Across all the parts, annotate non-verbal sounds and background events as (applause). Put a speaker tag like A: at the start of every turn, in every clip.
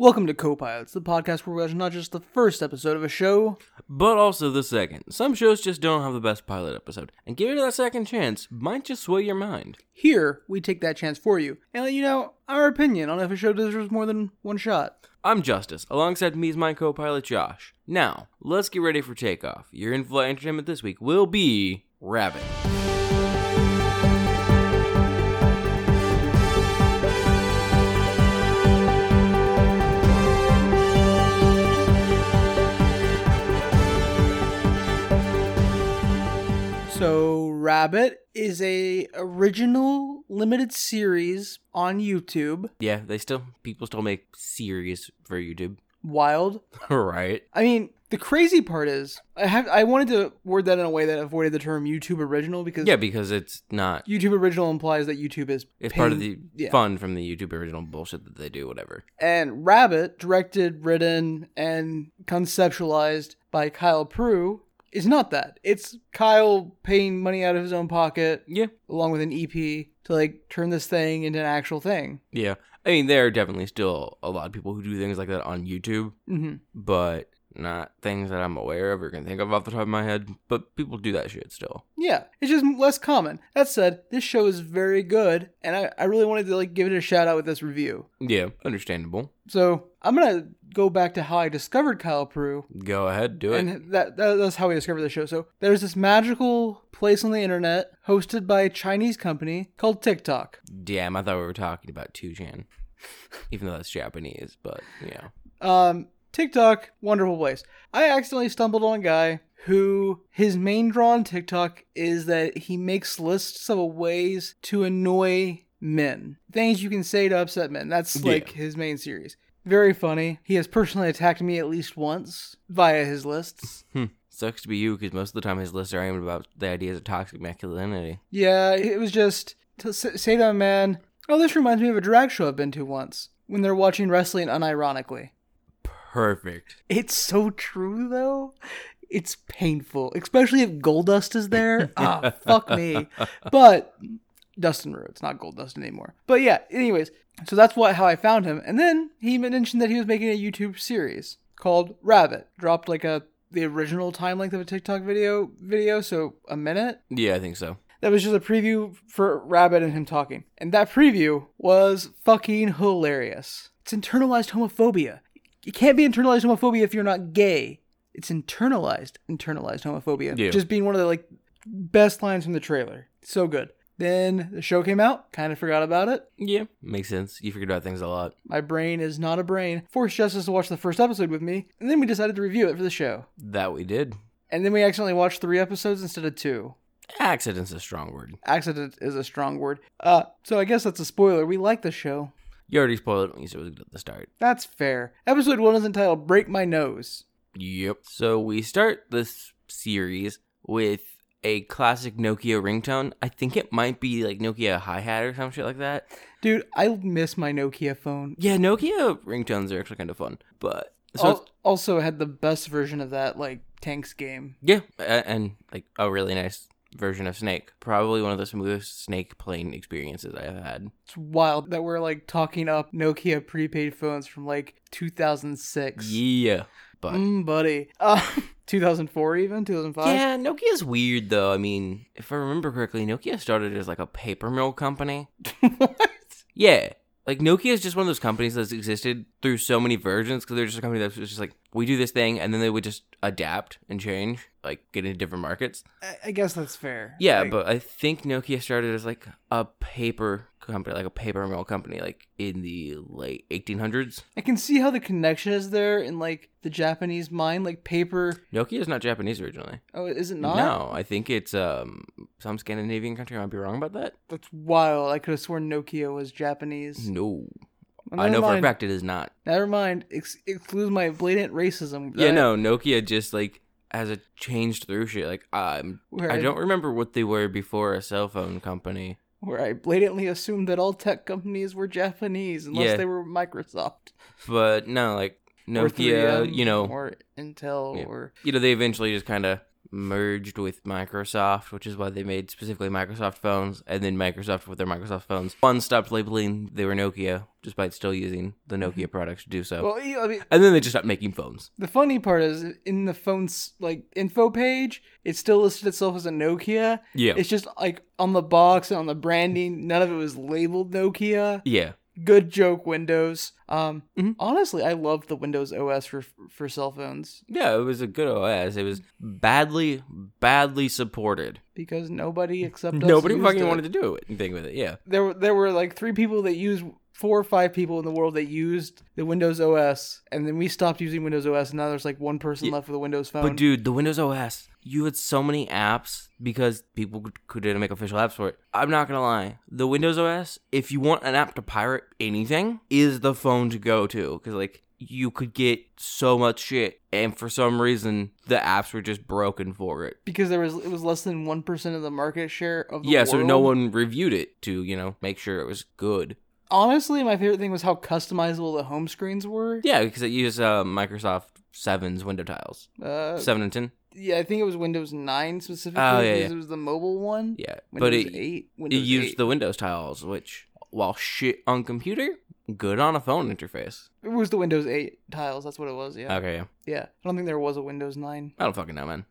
A: Welcome to Copilots, the podcast where we watch not just the first episode of a show.
B: but also the second. Some shows just don't have the best pilot episode, and give it that second chance might just sway your mind.
A: Here, we take that chance for you and let you know our opinion on if a show deserves more than one shot.
B: I'm Justice. Alongside me is my co-pilot Josh. Now, let's get ready for takeoff. Your in-flight entertainment this week will be Rabbit.
A: So, Rabbit is a original limited series on YouTube.
B: Yeah, they still people still make series for YouTube, (laughs)
A: Wild.
B: right?
A: I mean, the crazy part is I have I wanted to word that in a way that avoided the term YouTube original because
B: Yeah, because it's not.
A: YouTube original implies that YouTube is
B: It's
A: paying-
B: part of the
A: yeah.
B: fun from the YouTube original bullshit that they do, whatever.
A: and Rabbit, directed, written, and conceptualized by Kyle Prue, is not that. It's Kyle paying money out of his own pocket,
B: Yeah,
A: along with an EP, to like turn this thing into an actual thing.
B: yeah. I mean, there are definitely still a lot of people who do things like that on YouTube.
A: hmm
B: but not things that I'm aware of or can think of off the top of my head. But people do that shit still.
A: Yeah, it's just less common. That said, this show is very good, and I, I really wanted to like give it a shout out with this review.
B: Yeah, understandable.
A: So I'm gonna go back to how I discovered Kyle Prue.
B: Go ahead, do it.
A: And that, that that's how we discovered the show. So there's this magical place on the internet hosted by a Chinese company called TikTok.
B: Damn, I thought we were talking about 2chan, (laughs) even though that's Japanese. But yeah,
A: Um, TikTok, wonderful place. I accidentally stumbled on a guy who his main draw on TikTok is that he makes lists of ways to annoy men, things you can say to upset men. That's
B: Yeah.
A: like his main series. Very funny. He has personally attacked me at least once via his lists.
B: sucks to be you because most of the time his lists are aimed about the ideas of toxic masculinity.
A: Yeah, it was just to s- say to a man, "Oh, this reminds me of a drag show I've been to once." When they're watching wrestling unironically,
B: Perfect.
A: it's so true though. It's painful, especially if Goldust is (laughs) there. ah, fuck me. But Dustin Rhodes, not Goldust anymore. But yeah, anyways, so that's what how I found him. And then he mentioned that he was making a YouTube series called Rabbit. Dropped like a the original time length of a TikTok video video, so a minute.
B: Yeah, I think so.
A: That was just a preview for Rabbit and him talking. And that preview was fucking hilarious. It's internalized homophobia. It can't be internalized homophobia if you're not gay. It's internalized, internalized homophia.
B: Yeah.
A: Just being one of the like best lines from the trailer. So good. Then the show came out, kind of forgot about it.
B: Yeah, makes sense. You forget about things a lot.
A: My brain is not a brain. Forced Justice to watch the first episode with me, and then we decided to review it for the show.
B: That we did.
A: And then we accidentally watched three episodes instead of two.
B: Accident's a strong word.
A: accident is a strong word. Uh, so I guess that's a spoiler. We like the show.
B: You already spoiled it when you said it was good at the start.
A: That's fair. Episode one is entitled "Break My Nose."
B: Yep. So we start this series with a classic Nokia ringtone. I think it might be like Nokia hi hat or some shit like that.
A: Dude, I miss my Nokia phone.
B: Yeah, Nokia ringtones are actually kind of fun. But so
A: Al-
B: it's-
A: also had the best version of that like tanks game.
B: yeah, a- and like a really nice version of Snake. Probably one of the smoothest Snake playing experiences I have had.
A: It's wild that we're like talking up Nokia prepaid phones from like 2006.
B: Yeah. But
A: Mm, buddy. Uh, (laughs) 2004 even 2005.
B: yeah, Nokia's weird though. I mean, if I remember correctly, Nokia started as like a paper mill company.
A: (laughs) What?
B: Yeah. Like Nokia is just one of those companies that's existed through so many versions because they're just a company that's just like we do this thing and then they would just adapt and change, like get into different markets.
A: I-, I guess that's fair.
B: Yeah,
A: Like,
B: but I think Nokia started as like a paper company, like a paper mill company, like in the late 1800s.
A: I can see how the connection is there in like the Japanese mind, like paper.
B: Nokia is not Japanese originally.
A: Oh, is it not?
B: No, I think it's um some Scandinavian country. I might be wrong about that.
A: That's wild. I could have sworn Nokia was Japanese.
B: No,
A: Well,
B: I
A: never
B: know for a
A: mind.
B: fact it is not.
A: Never mind. Ex- exclude my blatant racism.
B: Yeah,
A: that-
B: no, Nokia just like has a changed through shit. Like I'm
A: Where
B: I don't remember what they were before a cell phone company.
A: Where I blatantly assumed that all tech companies were Japanese, unless
B: Yeah.
A: they were Microsoft
B: But no, like
A: or
B: Nokia,
A: 3M
B: you know,
A: or Intel,
B: Yeah.
A: or
B: you know, they eventually just kind of merged with Microsoft, which is why they made specifically Microsoft phones, and then Microsoft with their Microsoft phones. One stopped labeling they were Nokia, despite still using the Nokia products to do so.
A: Mm-hmm. Well, you- I mean,
B: and then they just stopped making phones.
A: the funny part is in the phone's like info page, it still listed itself as a Nokia.
B: Yeah.
A: It's just like on the box and on the branding, none of it was labeled Nokia.
B: yeah.
A: Good joke, Windows. Um,
B: Mhm.
A: honestly, I loved the Windows OS for for cell phones
B: Yeah, it was a good OS. It was badly, badly supported.
A: because nobody except us
B: Nobody
A: used
B: fucking
A: it.
B: wanted to do it- anything with it. Yeah.
A: there were- there were like three people that used four or five people in the world that used the Windows OS, and then we stopped using Windows OS, and now there's like one person
B: Yeah.
A: left with a Windows phone.
B: But dude, the Windows OS, you had so many apps because people could- couldn't make official apps for it. I'm not gonna lie, the Windows OS, if you want an app to pirate anything, is the phone to go to because like you could get so much shit, and for some reason the apps were just broken for it.
A: because there was it was less than one percent of the market share of the
B: yeah, so no
A: world.
B: one reviewed it to you know make sure it was good.
A: Honestly, my favorite thing was how customizable the home screens were.
B: Yeah, because it used uh, Microsoft Seven's window tiles,
A: Uh,
B: seven and ten.
A: yeah, I think it was Windows nine specifically
B: Oh, yeah,
A: because
B: yeah.
A: it was the mobile one.
B: Yeah,
A: Windows
B: but it
A: eight.
B: It
A: Windows
B: used
A: 8.
B: the Windows tiles, which, while shit on computer, good on a phone interface.
A: It was the Windows eight tiles. That's what it was. Yeah.
B: Okay, yeah.
A: Yeah. I don't think there was a Windows nine.
B: I don't fucking know, man.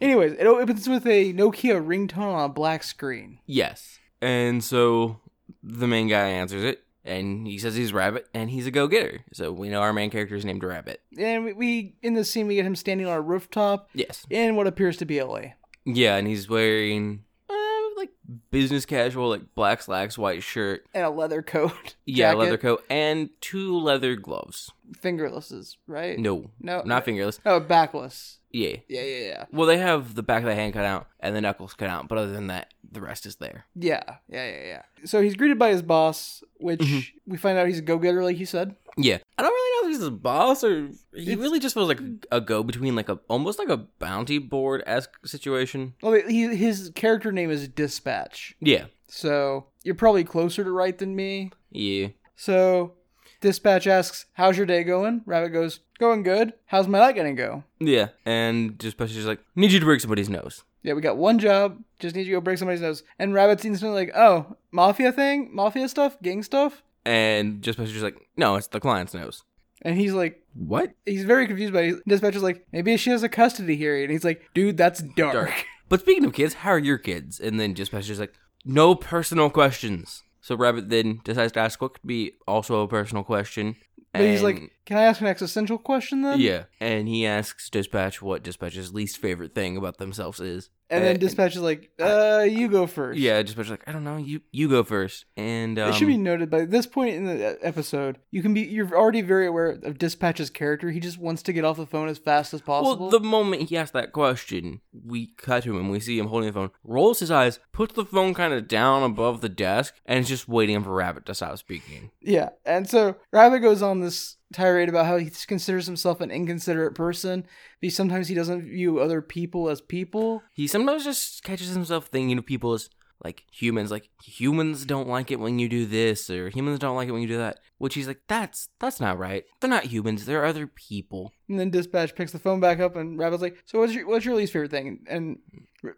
A: Anyways, it opens with a Nokia ringtone on a black screen.
B: Yes. And so the main guy answers it, and he says he's Rabbit, and he's a go getter. So we know our main character is named Rabbit.
A: And we, we in this scene we get him standing on a rooftop
B: Yes.
A: in what appears to be LA.
B: Yeah, and he's wearing. Uh, like business casual, like black slacks, white shirt,
A: And a leather coat. (laughs)
B: yeah,
A: jacket,
B: leather coat, and two leather gloves.
A: Fingerlesses, right?
B: No,
A: No.
B: not fingerless.
A: Oh, backless.
B: Yeah,
A: Yeah, yeah, yeah.
B: Well, they have the back of the hand cut out and the knuckles cut out, but other than that, the rest is there.
A: Yeah, yeah, yeah, yeah. So he's greeted by his boss, which
B: Mhm.
A: we find out he's a go getter, like you said.
B: Yeah, I don't really know if he's a boss or he
A: It's-
B: really just feels like a go between, like a almost like a bounty board esque situation.
A: Well, he, his character name is Dispatch.
B: Yeah,
A: So you're probably closer to right than me.
B: yeah,
A: So Dispatch asks, How's your day going? Rabbit goes, Going good. How's my night gonna go?
B: yeah. And just especially just like need you to break somebody's nose.
A: Yeah, we got one job. Just need you to go break somebody's nose. And Rabbit's instantly like, oh, mafia thing? Mafia stuff? Gang stuff?
B: And just especially just like no, it's the client's nose.
A: And he's like,
B: What?
A: he's very confused by it. Dispatcher's like, maybe she has a custody hearing. And he's like, dude, that's dark.
B: Dark. But speaking of kids, how are your kids? And then just especially just like no personal questions. So Rabbit then decides to ask what could be also a personal question.
A: (laughs) But he's
B: and-
A: like, "Um, can I ask an existential question then?
B: Yeah, and he asks Dispatch what Dispatch's least favorite thing about themselves is.
A: And then
B: Uh,
A: Dispatch is like, uh, you go first.
B: Yeah, Dispatch's like, I don't know, you you go first. And um,
A: It should be noted by this point in the uh, episode, you can be you're already very aware of Dispatch's character. He just wants to get off the phone as fast as possible.
B: Well, the moment he asked that question, we cut to him and we see him holding the phone, rolls his eyes, puts the phone kind of down above the desk, and is just waiting for Rabbit to stop speaking.
A: Yeah, and so Rabbit goes on this tirade about how he considers himself an inconsiderate person. Because sometimes he doesn't view other people as people.
B: He sometimes just catches himself thinking of people as like humans, like humans don't like it when you do this, or humans don't like it when you do that. Which he's like, that's that's not right. They're not humans. They're other people.
A: And then Dispatch picks the phone back up, and Rabbit's like, "So what's your what's your least favorite thing?" And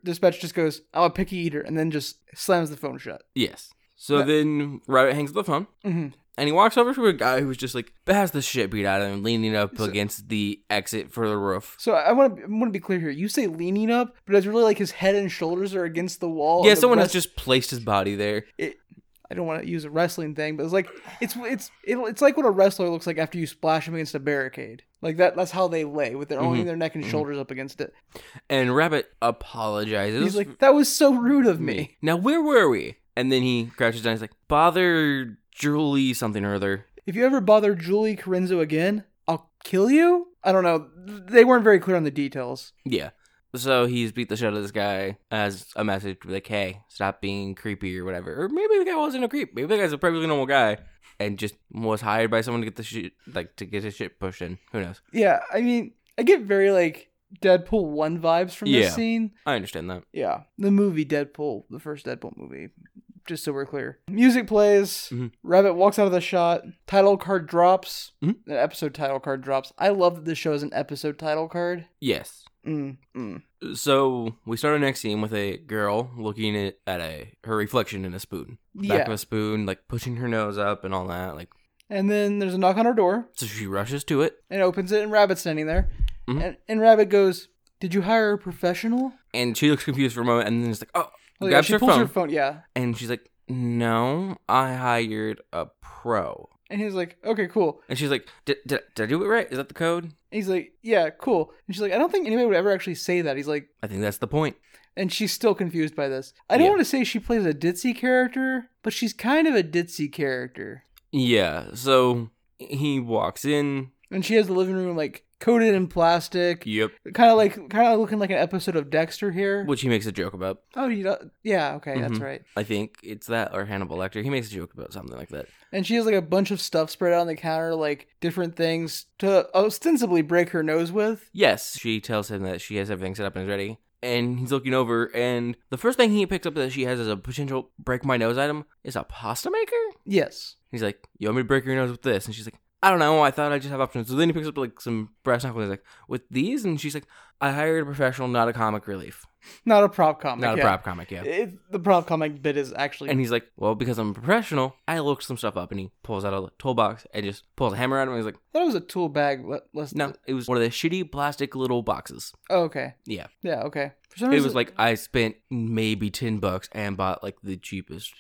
A: Dispatch just goes, "I'm a picky eater," and then just slams the phone shut.
B: Yes. So
A: But-
B: then Rabbit hangs up the phone
A: hmm
B: and he walks over to a guy who's just like has the shit beat out of him, leaning up
A: So-
B: against the exit for the roof.
A: So I want to want to be clear here. You say leaning up, but it's really like his head and shoulders are against the wall.
B: yeah,
A: and the
B: someone
A: rest-
B: has just placed his body there.
A: I don't want to use a wrestling thing, but it's like it's it's it, it's like what a wrestler looks like after you splash him against a barricade. Like that that's how they lay with their only
B: Mhm.
A: their neck and
B: Mhm.
A: shoulders up against it.
B: And Rabbit apologizes.
A: He's like, that was so rude of me.
B: Now where were we? And then he crouches down. He's like, bother Julie something or other.
A: If you ever bother Julie Corenzo again, I'll kill you. I don't know. They weren't very clear on the details.
B: Yeah. So he's beat the shit out of this guy as a message like, hey, stop being creepy or whatever. Or maybe the guy wasn't a creep. Maybe the guy's a perfectly normal guy and just was hired by someone to get the shit like to get his shit pushed in. Who knows?
A: Yeah, I mean, I get very like Deadpool one vibes from this
B: Yeah.
A: scene.
B: I understand that.
A: Yeah, the movie Deadpool, the first Deadpool movie. Just so we're clear, music plays.
B: Mhm.
A: Rabbit walks out of the shot. Title card drops.
B: Mhm.
A: The episode title card drops. I love that this show has an episode title card.
B: Yes.
A: Mm, mm.
B: So we start our next scene with a girl looking at, at a her reflection in a spoon, back
A: Yeah.
B: of a spoon, like pushing her nose up and all that. Like
A: And then there's a knock on her door
B: so, she rushes to it,
A: and opens it, and Rabbit's standing there.
B: Mhm.
A: And, and Rabbit goes, "Did you hire a professional?"
B: and she looks confused for a moment, and then it's like, oh,
A: Like,
B: grabs
A: she
B: her
A: pulls
B: phone,
A: her phone. Yeah.
B: and she's like, no, I hired a pro,
A: And he's like, "Okay, cool."
B: and she's like, did did, did I do it right? Is that the code?
A: And he's like, "Yeah, cool." And she's like, "I don't think anybody would ever actually say that." He's like,
B: I think that's the point.
A: and she's still confused by this. I don't
B: Yeah.
A: want to say she plays a ditzy character, but she's kind of a ditzy character.
B: Yeah. So he walks in.
A: And she has the living room like coated in plastic,
B: Yep.
A: kind of like kind of looking like an episode of Dexter here.
B: Which he makes a joke about.
A: Oh, you don't, yeah, okay, that's
B: Mhm.
A: right.
B: I think it's that or Hannibal Lecter. He makes a joke about something like that.
A: And she has like a bunch of stuff spread out on the counter, like different things to ostensibly break her nose with.
B: Yes, she tells him that she has everything set up and is ready. And he's looking over, and the first thing he picks up that she has as a potential break my nose item is a pasta maker.
A: Yes.
B: He's like, "You want me to break your nose with this?" And she's like, "I don't know. I thought I just have options." So then he picks up like some brass knuckles. He's like, "With these?" And she's like, "I hired a professional, not a comic relief,
A: Not a prop comic.
B: not
A: yeah.
B: a prop comic." Yeah.
A: It, the prop comic bit is actually
B: And he's like, "Well, because I'm a professional, I looked some stuff up." And he pulls out a toolbox and just pulls a hammer out. And he's like,
A: that was a tool bag. Let, let's
B: "No, it was one of the shitty plastic little boxes."
A: Oh, okay.
B: Yeah.
A: Yeah. Okay. For some
B: It
A: reason,
B: was like I spent maybe ten bucks and bought like the cheapest.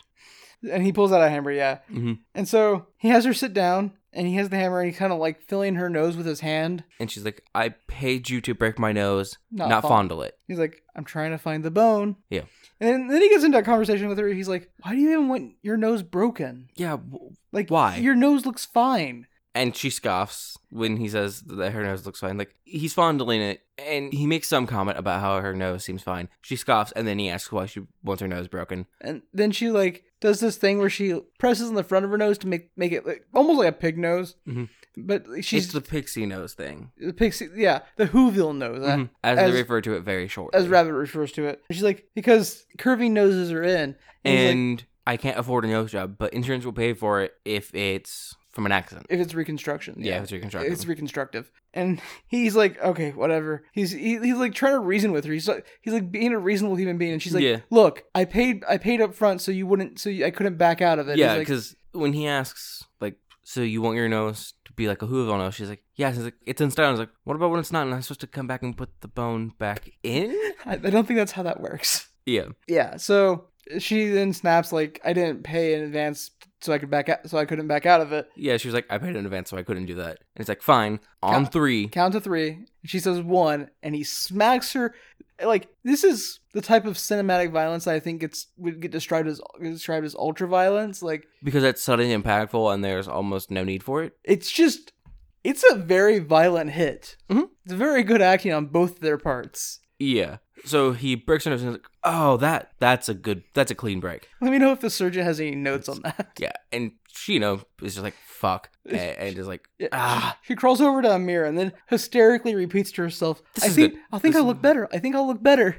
A: and he pulls out a hammer. Yeah.
B: hmm
A: And so he has her sit down, and he has the hammer, and he's kind of like filling her nose with his hand.
B: And she's like, "I paid you to break my nose,
A: Not
B: not,
A: fond-
B: fondle it."
A: He's like, I'm trying to find the bone.
B: Yeah.
A: And then, then he gets into a conversation with her. He's like, Why do you even want your nose broken?
B: Yeah. W-
A: Like,
B: Why?
A: Your nose looks fine.
B: and she scoffs when he says that her nose looks fine. Like he's fondling it, and he makes some comment about how her nose seems fine. She scoffs, and then he asks why she wants her nose broken.
A: And then she like does this thing where she presses on the front of her nose to make make it like, almost like a pig nose.
B: Mhm.
A: But she's
B: it's
A: the,
B: the pixie nose thing,
A: pixie, yeah, the Whoville nose, uh,
B: Mhm. as,
A: as-
B: they refer to it very shortly.
A: as Rabbit refers to it. She's like, because curvy noses are in, and, he's like,
B: and I can't afford a nose job, but insurance will pay for it if it's from an accident.
A: if it's reconstruction,
B: yeah, if it's reconstructed.
A: It's reconstructive, and he's like, okay, whatever. He's he, he's like trying to reason with her. He's like he's like being a reasonable human being, and she's like,
B: Yeah.
A: look, I paid I paid up front, so you wouldn't, so you, I couldn't back out of it.
B: Yeah,
A: He's like,
B: because when he asks, like, so you want your nose to be like a Whoville nose, she's like, yeah, she's like, it's in stone. I was like, what about when it's not? And I'm supposed to come back and put the bone back in?
A: I, I don't think that's how that works.
B: Yeah.
A: Yeah, so she then snaps like, I didn't pay in advance, so I could back out, so I couldn't back out of it.
B: Yeah, she was like, I paid in advance, so I couldn't do that. And it's like, fine, on
A: Ca-
B: three.
A: Count to three, and she says one, and he smacks her. Like this is the type of cinematic violence that I think it's would get described as described as ultra violence. Like
B: because that's sudden and impactful and there's almost no need for it.
A: it's just it's a very violent hit
B: Mhm.
A: it's very good acting on both their parts
B: Yeah. So he breaks her nose and is like, oh, that that's a good, that's a clean break.
A: let me know if the surgeon has any notes on that (laughs)
B: Yeah. And she, you know, is just like, fuck. And, and is like,
A: Yeah.
B: ah.
A: she crawls over to a mirror and then hysterically repeats to herself
B: This
A: i
B: is
A: think
B: good.
A: i think
B: This
A: i'll
B: is-
A: look better i think i'll look better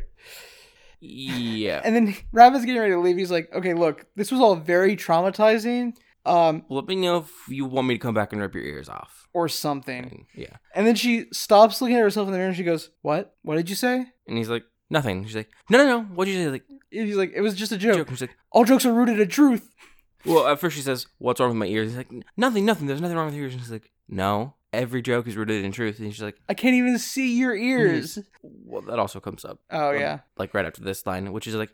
A: (laughs)
B: Yeah.
A: and then rabbit's getting ready to leave he's like okay look this was all very traumatizing um
B: Let me know if you want me to come back and rip your ears off.
A: or something
B: And yeah.
A: and then she stops looking at herself in the mirror and she goes what what did you say
B: And he's like, nothing. She's like, no, no, no. What'd you say? Like,
A: and he's like it was just a
B: joke.
A: joke
B: And she's like,
A: all jokes are rooted in truth
B: well, at first she says, what's wrong with my ears? He's like, nothing, nothing. There's nothing wrong with your ears. And she's like, no. Every joke is rooted in truth. And she's like,
A: i can't even see your ears
B: well, that also comes up.
A: oh
B: Um,
A: yeah
B: Like right after this line, which is like,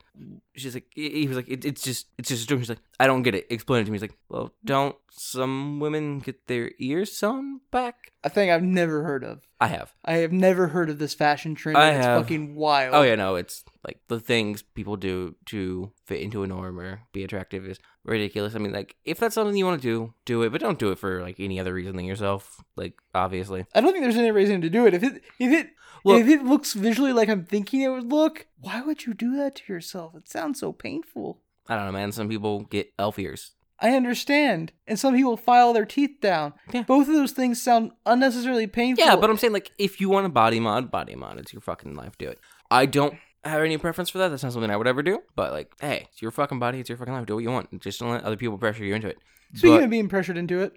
B: she's like, he was like, it, it's just, it's just a joke. She's like, I don't get it. Explain it to me. He's like, well, don't some women get their ears sewn back?
A: a thing I've never heard of.
B: I have.
A: I have never heard of this fashion trend.
B: I
A: and it's
B: have.
A: fucking wild.
B: Oh yeah, no, it's like the things people do to fit into a norm or be attractive is ridiculous. I mean, like if that's something you want to do, do it, but don't do it for like any other reason than yourself. Like obviously,
A: I don't think there's any reason to do it. If it if it
B: Well-
A: if it looks visually like I'm thinking it would look, why would you do that to yourself? It sounds so painful.
B: I don't know, man. Some people get elf ears.
A: I understand. And some people file their teeth down.
B: Yeah.
A: Both of those things sound unnecessarily painful.
B: Yeah, but I'm saying like if you want a body mod, body mod. It's your fucking life. Do it. I don't have any preference for that. That's not something I would ever do. But like, hey, it's your fucking body. It's your fucking life. Do what you want. Just don't let other people pressure you into it.
A: speaking
B: but-
A: of being pressured into it,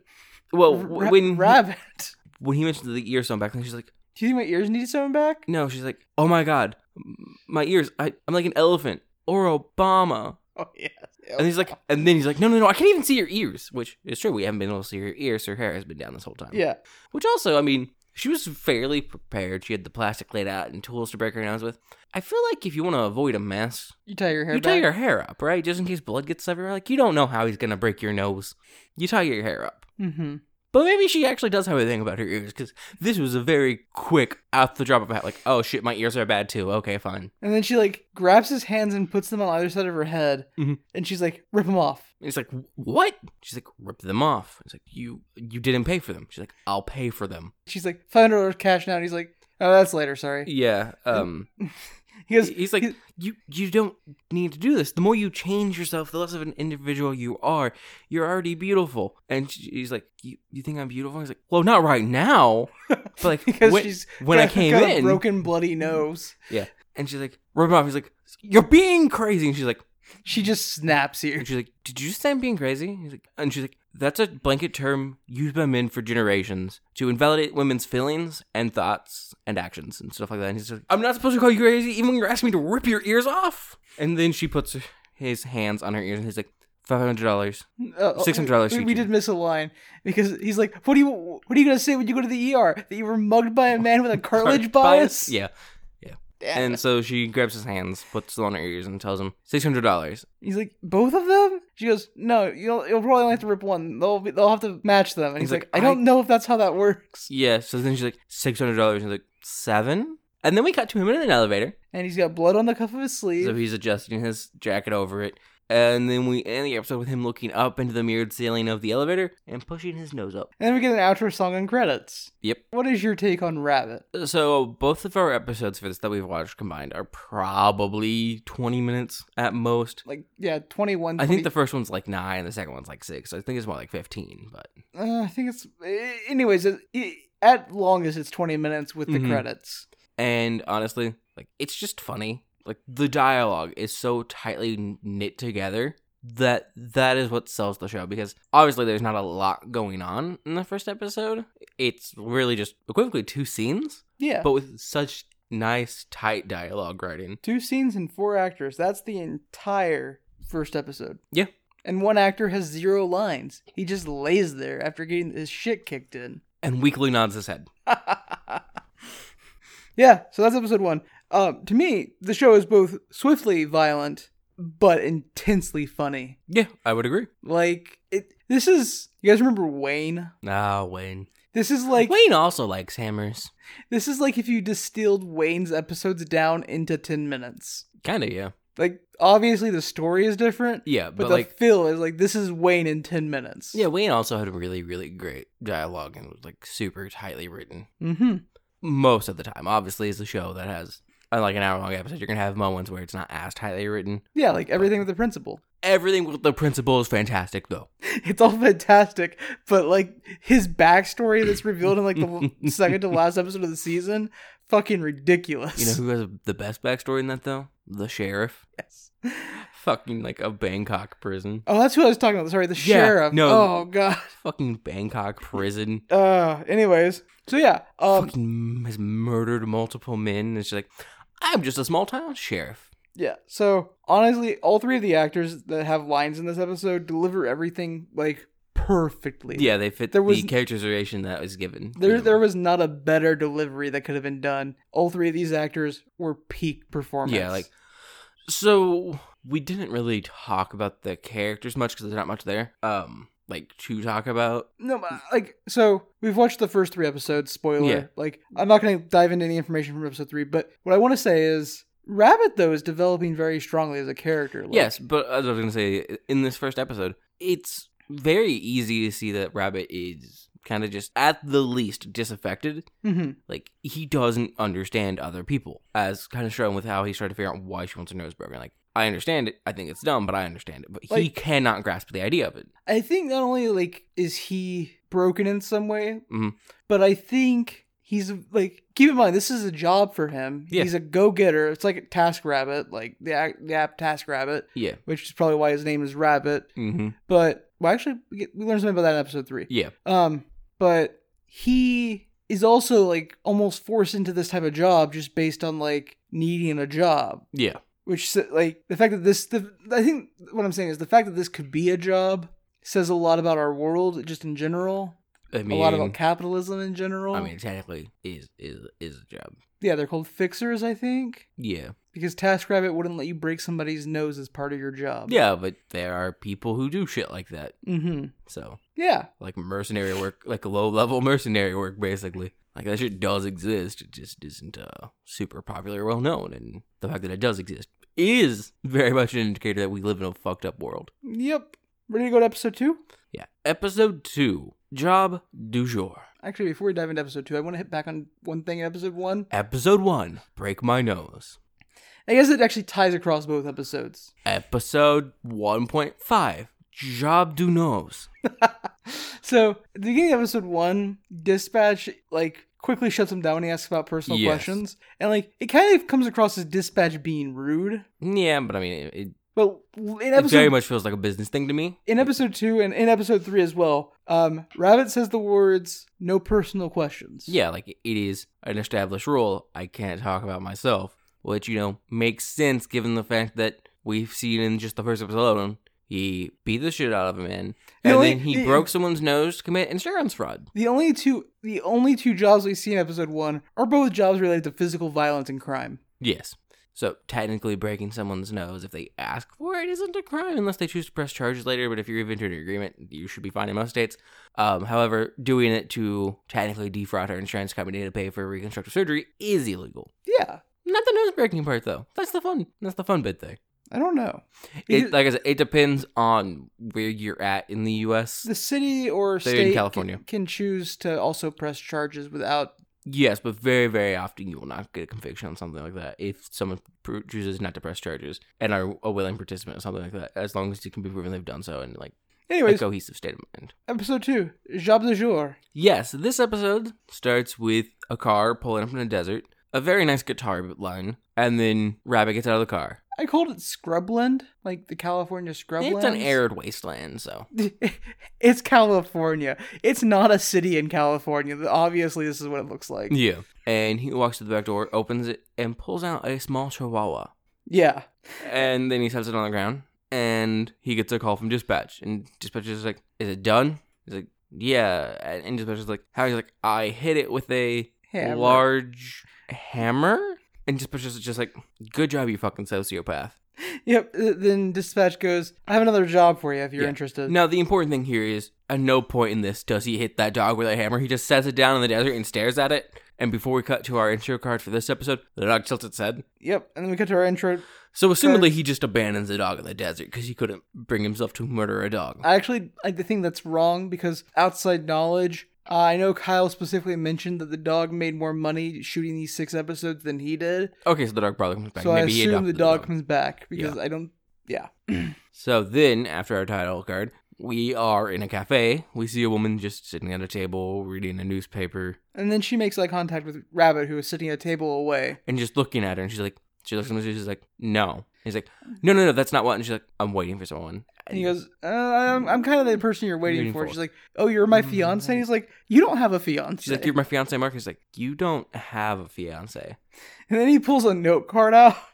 B: Well,
A: Ra-
B: when
A: Rabbit (laughs)
B: when he mentioned the ear sewn back, and she's like,
A: Do you think my ears need something back?
B: No, she's like, oh my god, m- my ears, I, I'm like an elephant or Obama.
A: Oh yeah.
B: And he's like, and then he's like, no, no, no, I can't even see your ears, which is true. We haven't been able to see her ears. Her hair has been down this whole time.
A: yeah.
B: Which also, I mean, she was fairly prepared. She had the plastic laid out and tools to break her nails with. I feel like if you want to avoid a mess,
A: You tie your hair.
B: you
A: back.
B: tie your hair up, right? Just in case blood gets everywhere. Like, you don't know how he's going to break your nose. You tie your hair up.
A: Mm-hmm.
B: But maybe she actually does have a thing about her ears because this was a very quick, out the drop of a hat, like, oh shit, my ears are bad too. Okay, fine.
A: And then she like grabs his hands and puts them on either side of her head,
B: Mhm.
A: and she's like, "Rip them off."
B: And He's like, what? She's like, rip them off. He's like, you you didn't pay for them. She's like, I'll pay for them.
A: She's like, five hundred dollars cash now." And he's like, "Oh, that's later. Sorry."
B: Yeah. Um.
A: He goes,
B: He's like,
A: he-
B: you you don't need to do this. The more you change yourself, the less of an individual you are. You're already beautiful. And she's like, you you think I'm beautiful? He's like, well, not right now, but
A: (laughs)
B: like
A: because
B: when,
A: she's
B: when I
A: (laughs) got-
B: came
A: got a
B: in.
A: broken bloody nose.
B: And she's like, rip him off. He's like, you're being crazy. And she's like.
A: She just snaps here. (laughs)
B: And she's like, "Did you just say I'm being crazy?" He's like, and she's like, "That's a blanket term used by men for generations to invalidate women's feelings and thoughts and actions and stuff like that." And he's just like, "I'm not supposed to call you crazy, even when you're asking me to rip your ears off." And then she puts his hands on her ears, and he's like, 500 dollars."
A: Uh, oh,
B: $600
A: We, we
B: each.
A: did miss a line because he's like, "What do you What are you gonna say when you go to the ER that you were mugged by a man with
B: (laughs)
A: a cartilage bias?"
B: Yeah.
A: Damn
B: And
A: it.
B: so she grabs his hands, puts them on her ears, and tells him six hundred dollars.
A: he's like, "Both of them?" She goes, "No, you'll you'll probably only have to rip one. They'll be, they'll have to match them." And he's,
B: He's
A: like,
B: like,
A: "I don't
B: I-
A: know if that's how that works."
B: Yeah. So then she's like, six hundred dollars. And he's like, seven. And then we cut to him in an elevator.
A: And he's got blood on the cuff of his sleeve.
B: So he's adjusting his jacket over it. And then we end the episode with him looking up into the mirrored ceiling of the elevator and pushing his nose up.
A: and then we get an outro song and credits.
B: Yep.
A: What is your take on Rabbit?
B: So both of our episodes for this that we've watched combined are probably 20 minutes at most.
A: Like, yeah, 21.
B: I think the first one's like nine, and the second one's like six. So I think it's more like 15, but
A: uh, I think it's. eh, Anyways, it, it, at longest, it's 20 minutes with the
B: Mhm.
A: credits.
B: and honestly like it's just funny like the dialogue is so tightly knit together that that is what sells the show because obviously there's not a lot going on in the first episode it's really just equivocally two scenes
A: Yeah.
B: but with such nice tight dialogue writing
A: Two scenes and four actors. That's the entire first episode.
B: Yeah.
A: And one actor has zero lines. He just lays there after getting his shit kicked in. (laughs)
B: and weakly nods his head
A: yeah, so that's episode one. Um, to me, the show is both swiftly violent but intensely funny.
B: yeah i would agree
A: Like it. This is. You guys remember Wayne?
B: ah wayne
A: This is like
B: wayne also likes hammers
A: this is like if you distilled Wayne's episodes down into ten minutes.
B: kind of yeah
A: Like obviously the story is different,
B: yeah
A: but,
B: but,
A: the
B: like
A: feel is like this is Wayne in ten minutes.
B: yeah wayne also had really really great dialogue and was like super tightly written
A: Mm-hmm.
B: most of the time. Obviously, it's a show that has uh, like an hour long episode. You're gonna have moments where it's not as tightly written.
A: Yeah, like everything with the principal. (laughs)
B: Everything with the principle is fantastic, though.
A: It's all fantastic, but like his backstory that's revealed in like
B: (laughs)
A: the second to last episode of the season, fucking ridiculous.
B: You know who has the best backstory in that though? The sheriff,
A: (laughs) Yes.
B: fucking like a Bangkok prison,
A: Oh, that's who I was talking about. Sorry, the
B: Yeah,
A: sheriff.
B: no.
A: Oh god.
B: fucking Bangkok prison.
A: Uh. Anyways, so yeah. Um.
B: fucking has murdered multiple men. It's just like I'm just a small town sheriff.
A: Yeah. So honestly, all three of the actors that have lines in this episode deliver everything like perfectly.
B: Yeah, they fit
A: There was-
B: the characterization that was given.
A: There, there was not a better delivery that could have been done. All three of these actors were peak performance.
B: Yeah, like so we didn't really talk about the characters much because there's not much there. Um, like to talk about.
A: no, but, like so we've watched the first three episodes. Spoiler.
B: Yeah.
A: Like I'm not going to dive into any information from episode three, but what I want to say is Rabbit though is developing very strongly as a character. Like,
B: yes, but as I was gonna say, in this first episode, it's very easy to see that Rabbit is kind of just at the least disaffected.
A: mhm.
B: Like he doesn't understand other people, as kind of shown with how he's trying to figure out why she wants her nose broken. Like I understand it, I think it's dumb, but I understand it. But he
A: Like-
B: cannot grasp the idea of it.
A: I think not only like is he broken in some way,
B: Mhm.
A: but I think he's like keep in mind this is a job for him.
B: Yeah.
A: He's a go getter. It's like Task Rabbit, like the ac- the app Task Rabbit,
B: Yeah.
A: which is probably why his name is Rabbit.
B: Mm-hmm.
A: Um, But well, actually, we, get, we learned something about that in episode three.
B: Yeah.
A: Um, but he is also like almost forced into this type of job just based on like needing a job.
B: Yeah.
A: Which s- like the fact that this, the, I think what I'm saying is the fact that this could be a job says a lot about our world just in general.
B: I mean,
A: a lot about capitalism in general.
B: I mean, technically, is is is a job.
A: yeah, they're called fixers, I think,
B: Yeah.
A: because TaskRabbit wouldn't let you break somebody's nose as part of your job.
B: Yeah, but there are people who do shit like that.
A: Mm-hmm.
B: So,
A: Yeah.
B: like mercenary work, like low level (laughs) mercenary work, basically. Like that shit does exist. It just isn't uh, super popular, or well known, and the fact that it does exist is very much an indicator that we live in a fucked up world.
A: Yep. Ready to go to episode two?
B: Yeah. Episode two, job du jour.
A: Actually, before we dive into episode two, I want to hit back on one thing in episode one.
B: Episode one, break my nose.
A: I guess it actually ties across both episodes.
B: Episode one point five, job du nose.
A: So, at the beginning of episode one, Dispatch, like, quickly shuts him down when he asks about personal
B: Yes.
A: questions. And, like, it kind of comes across as Dispatch being rude.
B: Yeah, but I mean, it, it,
A: But in
B: it
A: episode
B: very much feels like a business thing to me.
A: in episode two and in episode three as well, um, Rabbit says the words "no personal questions."
B: Yeah, like it is an established rule. I can't talk about myself, which you know makes sense given the fact that we've seen in just the first episode alone, he beat the shit out of a man,
A: The
B: and
A: only-
B: then he
A: the-
B: broke someone's nose to commit insurance fraud.
A: The only two the only two jobs we see in episode one are both jobs related to physical violence and crime.
B: Yes. So technically, breaking someone's nose if they ask for it isn't a crime unless they choose to press charges later. But if you've entered an agreement, you should be fine in most states. Um, however, doing it to technically defraud our insurance company to pay for reconstructive surgery is illegal.
A: Yeah,
B: Not the nose breaking part though. That's the fun. That's the fun bit there.
A: I don't know. Because
B: It, like I said, it depends on where you're at in the U.S.
A: the city or
B: They're in
A: state
B: California.
A: Can, can choose to also press charges without.
B: Yes, but very, very often you will not get a conviction on something like that if someone pr- chooses not to press charges and are a willing participant or something like that, as long as it can be proven they've done so in like a
A: Anyways,
B: cohesive state of mind.
A: episode two, job du jour.
B: Yes, this episode starts with a car pulling up in a desert, a very nice guitar line, and then Rabbit gets out of the car.
A: I called it Scrubland, like the California Scrubland.
B: It's an arid wasteland, so
A: (laughs) It's California. It's not a city in California. Obviously, this is what it looks like.
B: yeah. And he walks to the back door, opens it, and pulls out a small Chihuahua.
A: Yeah.
B: And then he sets it on the ground, and he gets a call from dispatch, and dispatch is like, "Is it done?" He's like, "Yeah," and and dispatch is like, "How?" He's like, "I hit it with a
A: Hammer.
B: large hammer," and dispatch is just like, "Good job, you fucking sociopath."
A: Yep. th- Then dispatch goes, I have another job for you if you're
B: Yeah.
A: interested.
B: Now the important thing here is, at no point in this does he hit that dog with a hammer. He just sets it down in the desert and stares at it. And before we cut to our intro card for this episode, the dog tilts its head.
A: Yep. And then we cut to our intro.
B: So, assumedly, he just abandons the dog in the desert because he couldn't bring himself to murder a dog.
A: I actually like the thing that's wrong because outside knowledge, uh, I know Kyle specifically mentioned that the dog made more money shooting these six episodes than he did.
B: Okay, so the dog probably comes back.
A: so I
B: Maybe he
A: assume
B: adopted
A: the dog, comes back because I don't. Yeah.
B: So then, after our title card, we are in a cafe. We see a woman just sitting at a table reading a newspaper
A: And then she makes eye contact with Rabbit, who is sitting at a table away.
B: and just looking at her. And she's like, she looks at him and she's like, no. He's like, no, no, no, that's not what. And she's like, I'm waiting for someone.
A: And he goes, uh, I'm, I'm kind of the person you're waiting,
B: Waiting
A: for.
B: for.
A: She's like, Oh, you're my
B: Mhm.
A: fiance? And he's like, You don't have a fiance.
B: She's like, you're my fiance, Mark. He's like, you don't have a fiance.
A: and then he pulls a note card out. (laughs)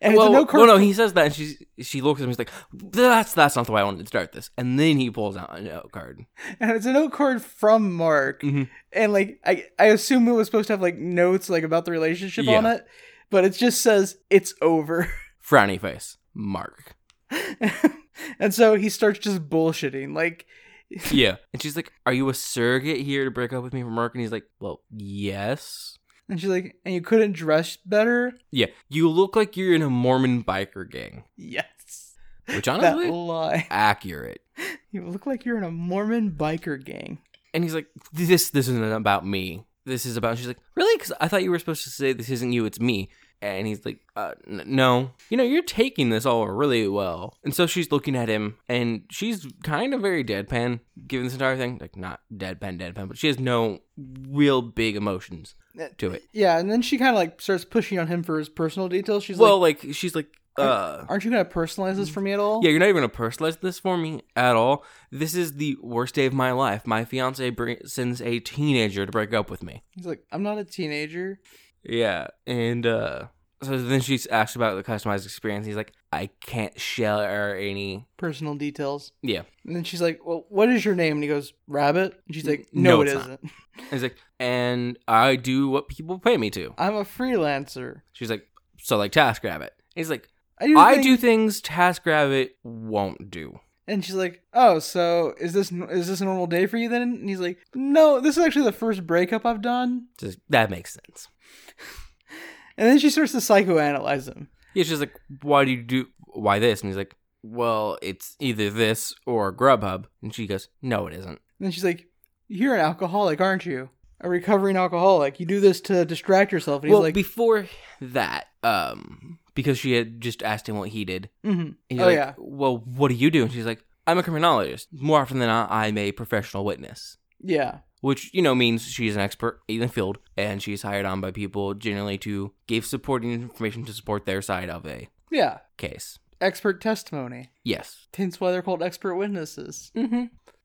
A: And
B: well,
A: it's a note card.
B: well, no, he says that, and she's she looks at him. He's like, that's that's not the way I wanted to start this. And then he pulls out a note card.
A: (laughs) and it's a note card from Mark,
B: Mhm.
A: and like I, I assume it was supposed to have like notes like about the relationship
B: Yeah.
A: on it, but it just says it's over, (laughs)
B: Frowny face, Mark.
A: and so he starts just bullshitting. Like,
B: Yeah. And she's like, Are you a surrogate here to break up with me from work? And he's like, Well, yes.
A: and she's like, and you couldn't dress better. (laughs)
B: Yeah. You look like you're in a Mormon biker gang,
A: Yes,
B: which
A: that
B: honestly,
A: lie.
B: accurate.
A: You look like you're in a Mormon biker gang.
B: And he's like, This this isn't about me. This is about, she's like, Really? Because I thought you were supposed to say this isn't you, it's me. And he's like, uh, n- No. You know, you're taking this all really well. And so she's looking at him, and she's kind of very deadpan, given this entire thing. Like, not deadpan, deadpan, but she has no real big emotions to it.
A: Uh, Yeah, and then she kind of like starts pushing on him for his personal details. She's
B: well, like, she's like, Uh,
A: Aren't you gonna personalize this for me at all?
B: yeah, you're not even gonna personalize this for me at all. This is the worst day of my life. My fiance bring, sends a teenager to break up with me.
A: He's like, I'm not a teenager.
B: Yeah, and uh, so then she's asked about the customized experience. He's like, I can't share any.
A: Personal details.
B: Yeah,
A: And then she's like, Well, what is your name? And he goes, Rabbit. And she's like, No,
B: No,
A: it
B: it's not.
A: isn't.
B: he's like, and I do what people pay me to.
A: I'm a freelancer.
B: She's like, so like TaskRabbit. He's like,
A: I do.
B: I
A: things-
B: do things TaskRabbit won't do.
A: And she's like, "Oh, so is this is this a normal day for you then?" And he's like, "No, this is actually the first breakup I've done."
B: Just that makes sense.
A: And then she starts to psychoanalyze him.
B: Yeah, she's like, why do you do why this? And he's like, well, it's either this or Grubhub. And she goes, no, it isn't.
A: And then she's like, "You're an alcoholic, aren't you? A recovering alcoholic. You do this to distract yourself." And he's
B: well,
A: like,
B: before that, um, because she had just asked him what he did,
A: mhm.
B: he's
A: "Oh
B: like,
A: yeah,
B: well, what do you do? And she's like, I'm a criminologist. More often than not, I'm a professional witness.
A: yeah,
B: which you know means she's an expert in the field and she's hired on by people generally to give supporting information to support their side of a
A: yeah."
B: case.
A: Expert testimony.
B: Yes.
A: Hence why they're called expert witnesses.
B: Mm-hmm.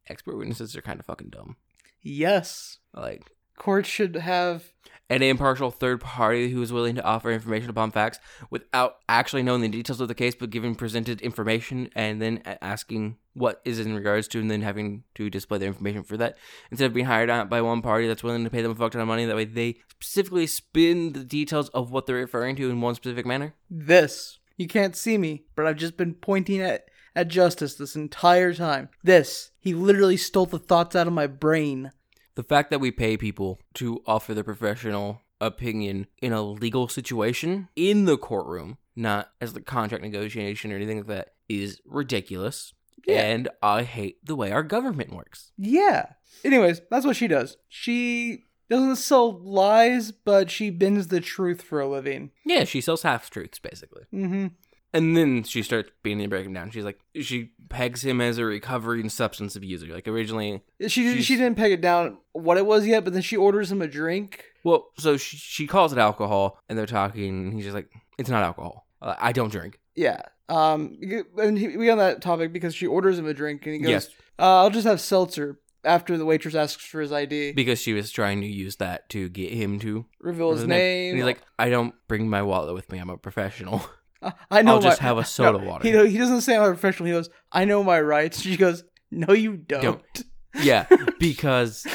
B: Expert witnesses are kind of fucking dumb.
A: Yes,
B: Like
A: courts should have.
B: an impartial third party who is willing to offer information upon facts without actually knowing the details of the case, but giving presented information and then a- asking what is in regards to, and then having to display their information for that instead of being hired out by one party that's willing to pay them a fuck ton of money. That way, they specifically spin the details of what they're referring to in one specific manner.
A: This. You can't see me, but I've just been pointing at at justice this entire time. This. He literally stole the thoughts out of my brain.
B: The fact that we pay people to offer their professional opinion in a legal situation in the courtroom, not as the contract negotiation or anything like that, is ridiculous.
A: Yeah.
B: And I hate the way our government works.
A: Yeah. Anyways, that's what she does. She doesn't sell lies, but she bends the truth for a living.
B: Yeah, she sells half truths basically.
A: Mm-hmm.
B: And then she starts beating and breaking down. She's like, she pegs him as a recovering substance abuser. Like originally,
A: She
B: She's-
A: she didn't peg it down what it was yet, but then she orders him a drink.
B: well, so she, she calls it alcohol, and they're talking, and he's just like, it's not alcohol. Uh, I don't drink.
A: Yeah. Um. And he, we on that topic because she orders him a drink and he goes,
B: Yes,
A: uh, "I'll just have seltzer." After the waitress asks for his ID,
B: because she was trying to use that to get him to
A: reveal his
B: his
A: name.
B: name. And he's like, I don't bring my wallet with me. I'm
A: (laughs)
B: a professional.
A: "Uh, "I know."
B: I'll just
A: my- (laughs)
B: have a soda water.
A: He, he doesn't say I'm a professional. He goes, "I know my rights." She goes, "No, you don't. (laughs)
B: yeah, because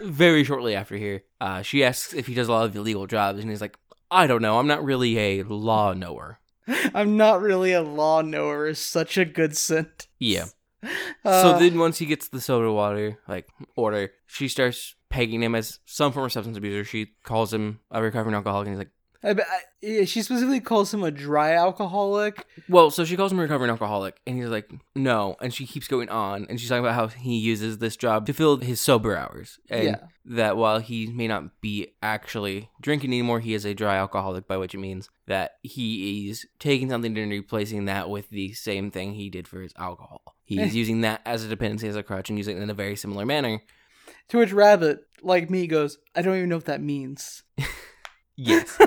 B: very shortly after here, uh, she asks if he does a lot of illegal jobs, and he's like, I don't know. I'm not really a law knower.
A: (laughs) I'm not really a law knower is such a good sentence.
B: Yeah.
A: (laughs) Uh,
B: so then once he gets the soda water, like, order, she starts pegging him as some form of substance abuser. She calls him a recovering alcoholic, and he's like,
A: I, be- I, yeah, she specifically calls him a dry alcoholic.
B: Well, so she calls him a recovering alcoholic, and he's like, no. And she keeps going on, and she's talking about how he uses this job to fill his sober hours. And
A: Yeah.
B: that while he may not be actually drinking anymore, he is a dry alcoholic, by which it means that he is taking something and replacing that with the same thing he did for his alcohol. He is
A: Eh.
B: using that as a dependency, as a crutch, and using it in a very similar manner.
A: To which Rabbit, like me, goes, "I don't even know what that means."
B: Yes.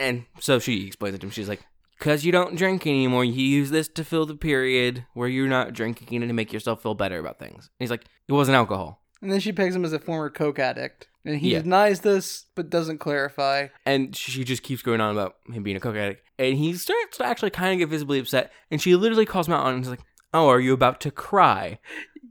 B: And so she explains it to him. She's like, because you don't drink anymore, you use this to fill the period where you're not drinking and to make yourself feel better about things. And he's like, it wasn't alcohol.
A: and then she pegs him as a former coke addict, and he
B: Yeah.
A: denies this but doesn't clarify.
B: And she just keeps going on about him being a coke addict. And he starts to actually kind of get visibly upset. And she literally calls him out on it and is like, oh, are you about to cry?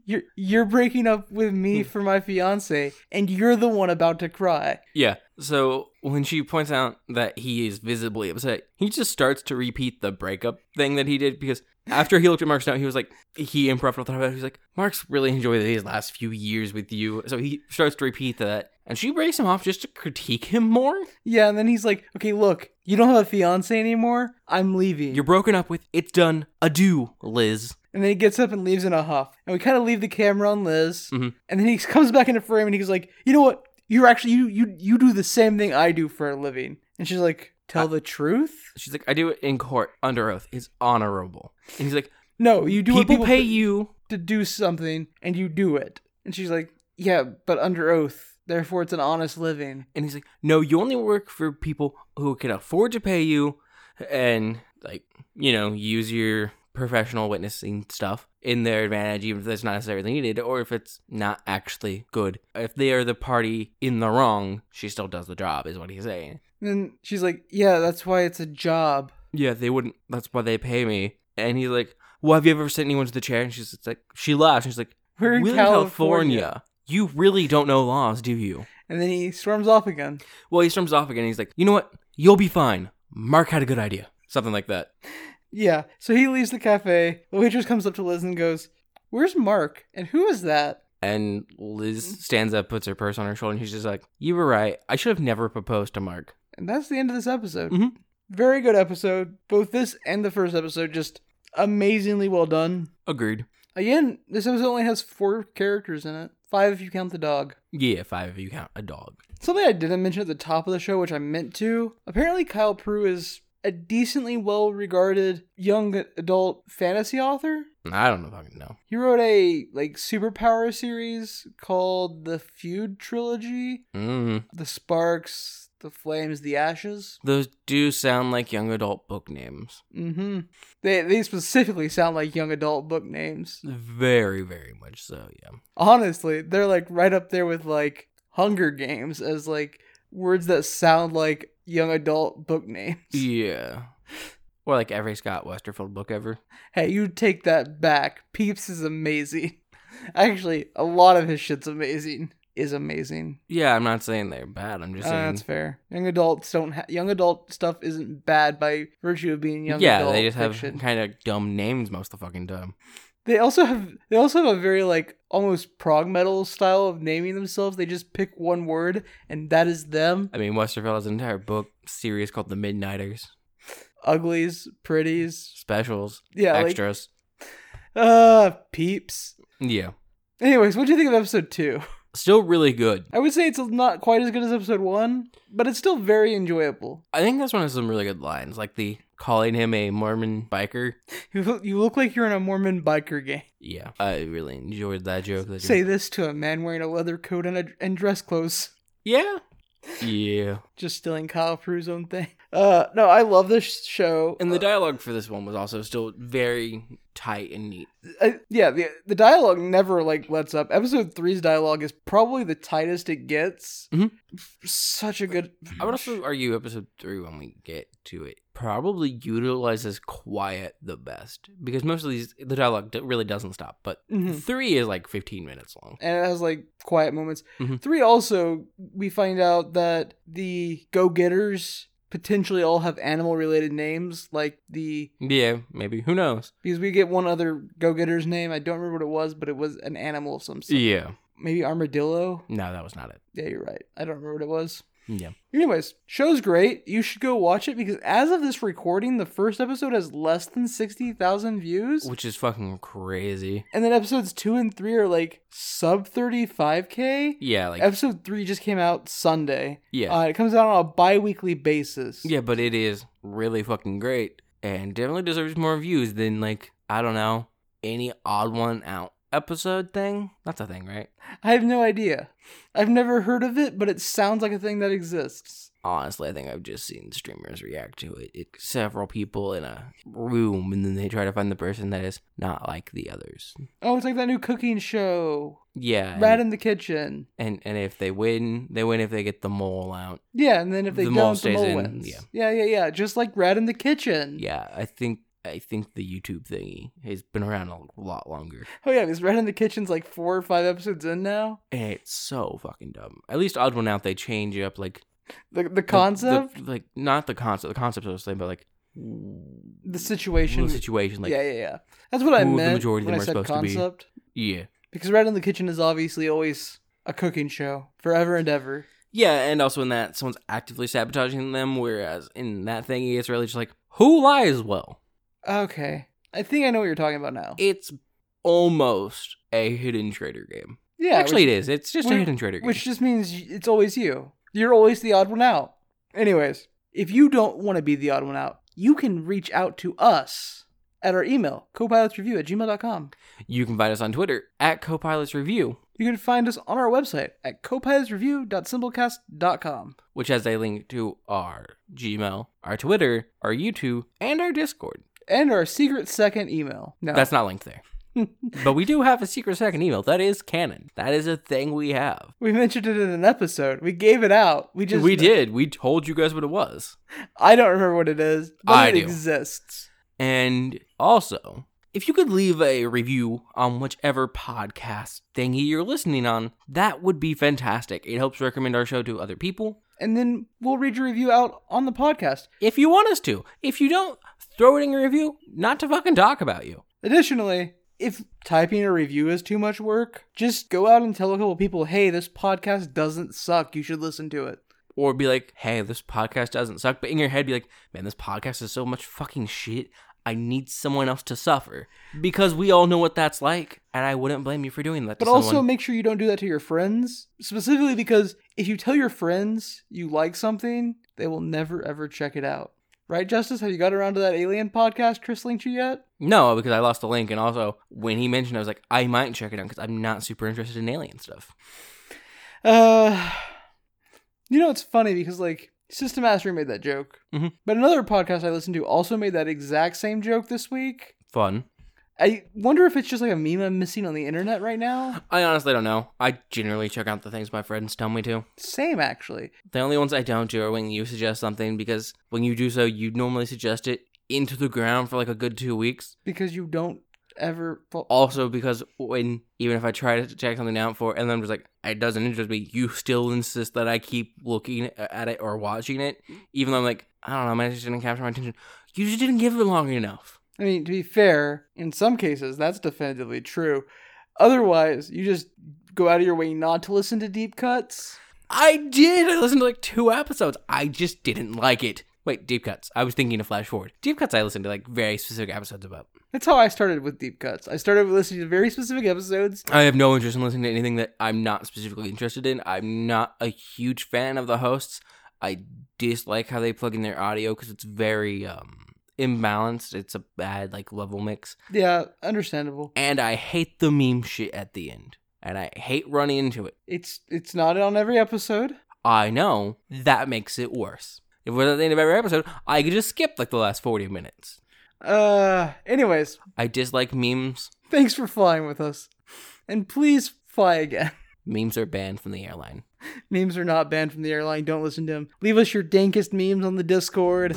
A: You're you're breaking up with me
B: Hmm.
A: for my fiance, and you're the one about to cry.
B: Yeah. So when she points out that he is visibly upset, he just starts to repeat the breakup thing that he did because after he looked at Mark's note, he was like, he improperly thought about it. He was like, Mark's really enjoyed these last few years with you. So he starts to repeat that. And she breaks him off just to critique him more.
A: Yeah, and then he's like, "Okay, look, you don't have a fiance anymore. I'm leaving."
B: You're broken up with. It's done. Adieu, Liz.
A: And then he gets up and leaves in a huff. And we kind of leave the camera on Liz.
B: Mhm.
A: And then he (laughs) comes back into frame and he's like, "You know what? You're actually you you you do the same thing I do for a living." And she's like, "Tell the truth?
B: She's like, I do it in court under oath. It's honorable. And he's like,
A: No, you do what
B: people
A: people
B: pay
A: pay
B: you.
A: to do something and you do it." And she's like, "Yeah, but under oath. Therefore, it's an honest living."
B: And he's like, No, you only work for people who can afford to pay you. and like you know use your professional witnessing stuff in their advantage even if that's not necessarily needed or if it's not actually good if they are the party in the wrong she still does the job is what he's saying
A: And she's like, yeah, that's why it's a job.
B: yeah they wouldn't that's why they pay me and he's like well have you ever sent anyone to the chair and she's like she laughs and she's like
A: We're in
B: "We're in
A: California.
B: california you really don't know laws do you
A: And then he storms off again.
B: Well, he storms off again. He's like, you know what? You'll be fine. Mark had a good idea. Something like that.
A: Yeah. So he leaves the cafe. The waitress comes up to Liz and goes, Where's Mark? And who is that?
B: And Liz stands up, puts her purse on her shoulder, and she's just like, you were right. I should have never proposed to Mark.
A: And that's the end of this episode.
B: Mhm.
A: Very good episode. Both this and the first episode just amazingly well done.
B: Agreed.
A: Again, this episode only has four characters in it. Five if you count the dog.
B: Yeah, five if you count a dog.
A: Something I didn't mention at the top of the show, which I meant to. Apparently, Kyle Prue is a decently well regarded young adult fantasy author.
B: I don't know if I can know.
A: He wrote a like superpower series called the Feud Trilogy.
B: Mm.
A: The Sparks, the Flames, the Ashes.
B: Those do sound like young adult book names.
A: Mm-hmm. They they specifically sound like young adult book names.
B: Very, very much so, yeah.
A: Honestly, they're like right up there with like Hunger Games as like words that sound like young adult book names.
B: E Yeah. Or like every Scott Westerfield book ever.
A: Hey, you take that back. Peeps is amazing. (laughs) Actually, a lot of his shit's amazing. Is amazing.
B: Yeah, I'm not saying they're bad. I'm just
A: Uh,
B: saying.
A: that's fair. Young adults don't. Ha- young adult stuff isn't bad by virtue of being young.
B: yeah,
A: adult
B: they just have
A: fiction.
B: kind of dumb names most of the fucking time.
A: They also have they also have a very like almost prog metal style of naming themselves. They just pick one word and that is them.
B: I mean, Westerville has an entire book series called The Midnighters,
A: Uglies, pretties,
B: specials,
A: yeah,
B: extras.
A: like uh peeps.
B: yeah.
A: Anyways, what do you think of episode two?
B: Still really good.
A: I would say it's not quite as good as episode one, but it's still very enjoyable.
B: I think this one has some really good lines, like the calling him a Mormon biker.
A: You look- you look like you're in a Mormon biker gang.
B: Yeah. I really enjoyed that joke. That
A: Say this to a man wearing a leather coat and a, and dress clothes.
B: yeah. Yeah.
A: Just stealing Kyle Prue's own thing. Uh, no, I love this show.
B: And
A: Uh,
B: the dialogue for this one was also still very tight and neat.
A: I, yeah, the the dialogue never like lets up. Episode three's dialogue is probably the tightest it gets.
B: Mhm.
A: Such a good.
B: I would also argue episode three when we get to it probably utilizes quiet the best because most of these the dialogue d- really doesn't stop, but
A: Mhm.
B: three is like fifteen minutes long.
A: and it has like quiet moments.
B: Mhm.
A: Three also we find out that the go getters potentially all have animal related names, like the
B: Yeah, maybe who knows.
A: because we get one other go getter's name. I don't remember what it was, but it was an animal of some sort.
B: Yeah.
A: Maybe armadillo.
B: No, that was not it.
A: Yeah, you're right. I don't remember what it was.
B: Yeah.
A: Anyways, show's great. You should go watch it because as of this recording, the first episode has less than 60,000 views.
B: Which is fucking crazy.
A: And then episodes 2 and 3 are like sub 35k.
B: Yeah, like
A: Episode 3 just came out Sunday.
B: yeah.
A: Uh, it comes out on a bi-weekly basis.
B: yeah, but it is really fucking great and definitely deserves more views than like, I don't know, any odd one out episode thing. That's a thing, right?
A: I have no idea. I've never heard of it, but it sounds like a thing that exists.
B: Honestly, I think I've just seen streamers react to it. it. Several people in a room, and then they try to find the person that is not like the others.
A: Oh, it's like that new cooking show,
B: Yeah,
A: Rat
B: and,
A: in the Kitchen.
B: and and if they win, they win. If they get the mole out,
A: Yeah, and then if they
B: The mole
A: don't, the
B: stays
A: mole
B: in,
A: wins.
B: yeah.
A: yeah, yeah, yeah. Just like Rat in the Kitchen.
B: yeah, I think I think the YouTube thingy has been around a lot longer.
A: Oh yeah, because Red in the Kitchen's like four or five episodes in now.
B: And it's so fucking dumb. At least Odd One Out, they change up like
A: The the
B: the-
A: concept,
B: the,
A: the,
B: like not the concept. The concept was the same, but like the
A: situation.
B: situation. Like
A: yeah, yeah, yeah. That's what I
B: who the
A: meant
B: majority of
A: when
B: them
A: I
B: are
A: said
B: supposed to be.
A: concept.
B: yeah,
A: Because Red in the Kitchen is obviously always a cooking show forever and ever.
B: yeah, and also in that someone's actively sabotaging them, whereas in that thingy, it's really just like who lies well.
A: Okay, I think I know what you're talking about now.
B: It's almost a hidden traitor game.
A: yeah,
B: Actually,
A: which,
B: it is. It's just a
A: which-
B: hidden traitor game.
A: which just means y- it's always you. You're always the odd one out. Anyways, if you don't want to be the odd one out, you can reach out to us at our email copilotsreview at gmail.com.
B: you can find us on Twitter at Copilots Review.
A: You can find us on our website at copilotsreview.simplecast.com.
B: which has a link to our Gmail, our Twitter, our YouTube, and our Discord.
A: And our secret second email. No.
B: That's
A: (laughs)
B: not linked there. but we do have a secret second email. That is canon. That is a thing we have.
A: we mentioned it in an episode. We gave it out. We just
B: we did. We told you guys what it was.
A: I don't remember what it is, but
B: I
A: it
B: do.
A: exists.
B: And also, if you could leave a review on whichever podcast thingy you're listening on, that would be fantastic. It helps recommend our show to other people.
A: And then we'll read your review out on the podcast.
B: If you want us to. If you don't, throw it in a review, not to fucking talk about you.
A: Additionally, if typing a review is too much work, just go out and tell a couple people, hey, this podcast doesn't suck. You should listen to it.
B: or be like, hey, this podcast doesn't suck, but in your head be like, man, this podcast is so much fucking shit. I need someone else to suffer because we all know what that's like, and I wouldn't blame you for doing that.
A: But
B: to
A: also
B: someone.
A: make sure you don't do that to your friends, specifically because if you tell your friends you like something, they will never ever check it out. Right, Justice? Have you got around to that alien podcast Chris linked you yet?
B: no, because I lost the link, and also when he mentioned, it, I was like, I might check it out because I'm not super interested in alien stuff.
A: Uh, you know, it's funny because, like, System Mastery made that joke.
B: Mhm.
A: But another podcast I listened to also made that exact same joke this week.
B: Fun.
A: I wonder if it's just like a meme I'm missing on the internet right now.
B: I honestly don't know. I generally check out the things my friends tell me to.
A: Same, actually.
B: The only ones I don't do are when you suggest something because when you do so, you normally suggest it into the ground for like a good two weeks,
A: Because you don't ever. Well,
B: also because when even if I try to check something out for it and then I'm just like it doesn't interest me, you still insist that I keep looking at it or watching it, even though I'm like I don't know, man, it just didn't capture my attention. You just didn't give it long enough.
A: I mean, to be fair, in some cases, that's definitively true. Otherwise, you just go out of your way not to listen to deep cuts.
B: I did. I listened to like two episodes. I just didn't like it. Wait, deep cuts. I was thinking of flash forward. Deep cuts. I listened to like very specific episodes about.
A: That's how I started with deep cuts. I started with listening to very specific episodes
B: I have no interest in listening to anything that I'm not specifically interested in. I'm not a huge fan of the hosts. I dislike how they plug in their audio because it's very um, imbalanced. It's a bad like level mix,
A: Yeah, understandable.
B: and I hate the meme shit at the end. And I hate running into it.
A: It's it's not on every episode.
B: I know that makes it worse. If we're at the end of every episode, I could just skip like the last forty minutes.
A: Uh anyways,
B: I dislike memes.
A: thanks for flying with us. And please fly again. (laughs)
B: Memes are banned from the airline.
A: memes are not banned from the airline. Don't listen to them. Leave us your dankest memes on the Discord.